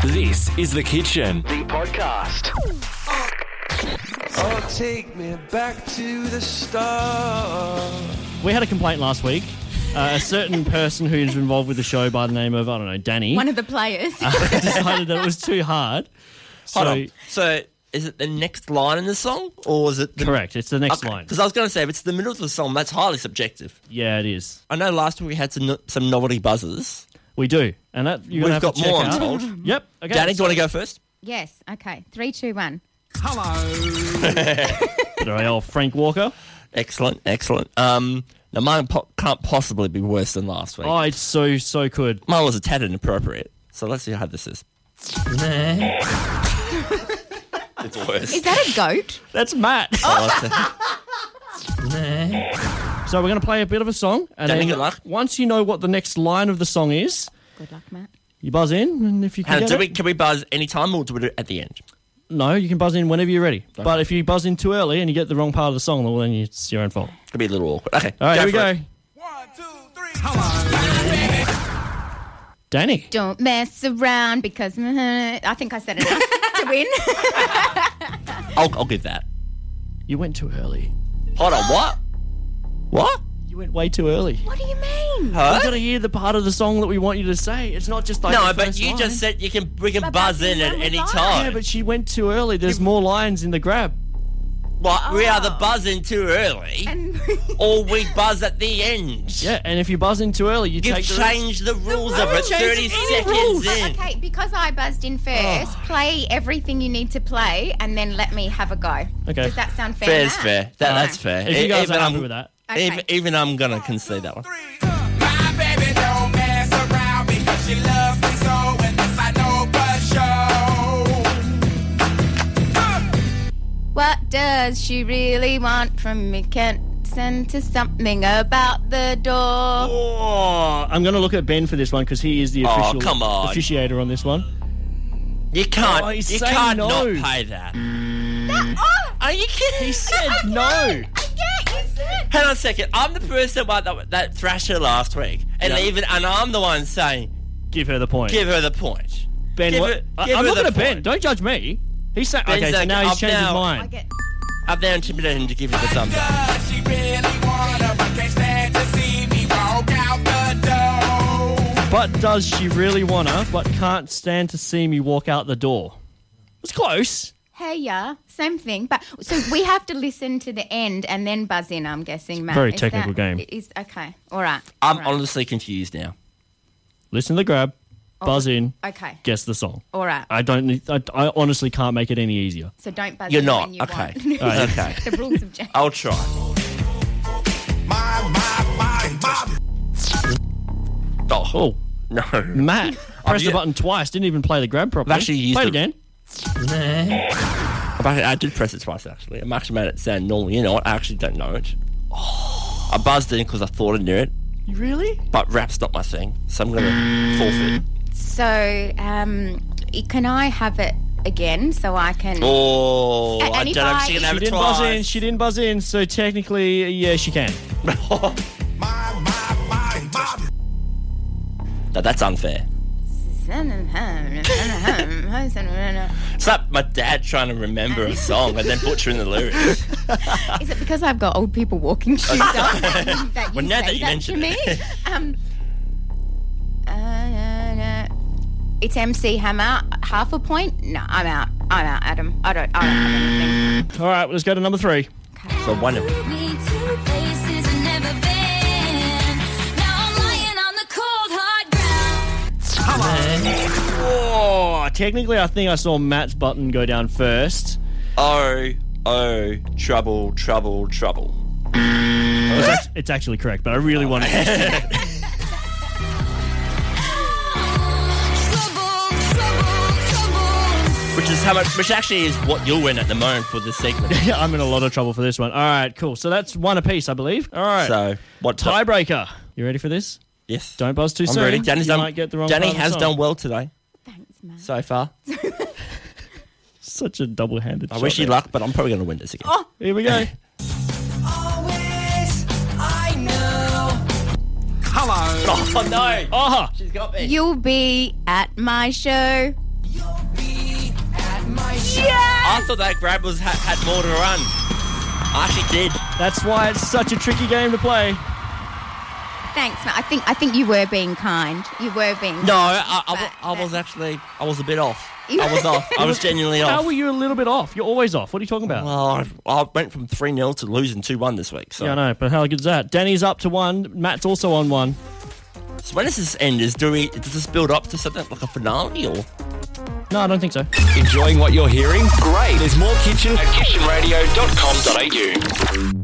This is The Kitchen. The podcast. Oh, take me back to the start. We had a complaint last week. Uh, a certain person who's involved with the show by the name of, I don't know, Danny, One of the players. decided that it was too hard. Hold so, on. So is it the next line in the song, or is it the correct. It's the next line. Because I was going to say, if it's the middle of the song, that's highly subjective. Yeah, it is. I know last week we had some, no- some novelty buzzers. We do. And that you're going We've to have got to check more, I'm out. told. Yep. Okay. Danny, do you want to go first? yes. Okay. Three, two, one. Good old Frank Walker. Excellent, excellent. Um, now mine po- can't possibly be worse than last week. Oh, it's so, so good. Mine was a tad inappropriate. So let's see how this is. it's worse. Is that a goat? That's Matt. Oh, that's it. So we're going to play a bit of a song. And Danny, then good luck. ononce you know what the next line of the song is, Good luck, Matt. you buzz in. And if you can Hannah, get do it- we, can we buzz any time, or do we do it at the end? No, you can buzz in whenever you're ready. But if you buzz in too early and you get the wrong part of the song, well, then it's your own fault. It'll be a little awkward. Okay. All right, here we for go. it. One, two, three. Danny. Don't mess around because mm-hmm, I think I said enough to win. I'll, I'll give that. You went too early. Hold on. What? What? You went way too early. what do you mean? Huh? You gotta hear the part of the song that we want you to say. It's not just like No, the but first you line. just said you can we can But buzz that's in at when we any buy. yeah, time. but she went too early. There's more lines in the grab. Well, we Ah. either buzz in too early And or we buzz at the end. Yeah, and if you buzz in too early, you You've take the changed the rules of it. rules. Thirty Change any seconds rules. in. Oh. okay, because I buzzed in first, play everything you need to play, and then let me have a go. Okay. Does that sound fair? Fair's Matt? fair. That, Okay. that's fair. If you E- guys even are happy I'm- with that, Okay. Even, even I'm gonna concede that one. My baby don't mess around because she loves me so, and this I know for sure. What does she really want from me? Can't send to something about the door. Um, oh, I'm gonna look at Ben for this one because he is the Oh, official come on. officiator on this one. You can't. Oh, he's you saying can't no. not pay that. Oh, Are you kidding? He said no. I get you said. Hang on a second. I'm the person about that, that thrasher last week, and even and I'm the one saying Give her the point. give her the point. ben, give what? her- I, give am her looking the at Ben. point. Don't judge me. He said Ben's okay, so like, now he's up changed his now. I mind. get. I've now intimidated him to give you the thumbs up. Does she really want her? I can't stand to see me walk out the door. But does she really wanna? But can't stand to see me walk out the door. It's close. Hey, yeah, same thing. But so we have to listen to the end and then buzz in. I'm guessing, Matt. Very Is technical that- game. Is okay. All right. I'm all right. honestly confused now. Listen to the grab. Oh. Buzz in. Okay. Guess the song. All right. I don't. need- I, I honestly can't make it any easier. So don't buzz. You're in not. When you Okay. Want. right. Okay. the rules have changed. I'll try. My, my, my, my. Oh, Oh, no. Matt pressed Oh, yeah. the button twice. Didn't even play the grab properly. actually used play it the- again. I've actually- I did press it twice, actually. I'm actually made it sound normal. You know what? I actually don't know it. I buzzed in because I thought I knew it, You Oh. really? Mm. but rap's not my thing, so I'm going to forfeit. So um, can I have it again so I can? Oh, A- I and if don't know if I- she can She have She it didn't buzz in. twice. She didn't buzz in. So technically, yeah, she can. My, my, my, my. No, that's unfair. It's like my dad trying to remember a song and then butchering the lyrics. Is it because I've got old people walking shoes on? that, you Well, now say that you to mention me. it. Um, uh, no, no. It's MC Hammer. Half a point? No, I'm out. I'm out, Adam. I don't. I don't have anything. All right, let's go to number three. So one of Oh, technically, I think I saw Matt's button go down first. Oh, oh, trouble, trouble, trouble. It's act- It's actually correct, but I really wanted. to Which is how much, which actually is what you'll win at the moment for this segment. Yeah, I'm in a lot of trouble for this one. All right, cool. So that's one apiece, I believe. All right. So, what tiebreaker. You ready for this? Yes. Don't buzz too I'm soon. ready. Danny's you done, might get the wrong Danny part of the has song. done well today Thanks, Matt. so far. Such a double-handed. I wish you luck, but I'm probably going to win this again. Here we go. Oh, no. Aha! She's got me. You'll be at my show. Yeah! I thought that grab was had, had more to run. I actually did. That's why it's such a tricky game to play. Thanks, Matt. I think I think you were being kind. You were being No, I, I, But- wa- I was actually, I was a bit off. You- I was off. I was genuinely How off. were you a little bit off? You're always off. What are you talking about? Well, I, I went from 3 0 to losing 2 1 this week. So. yeah, I know, but how good is that? Danny's up to one. Matt's also on one. so when does this end? Is do we, does this build up to something like a finale or? No, I don't think so. Enjoying what you're hearing? Great. There's more kitchen at kitchenradio.com.au.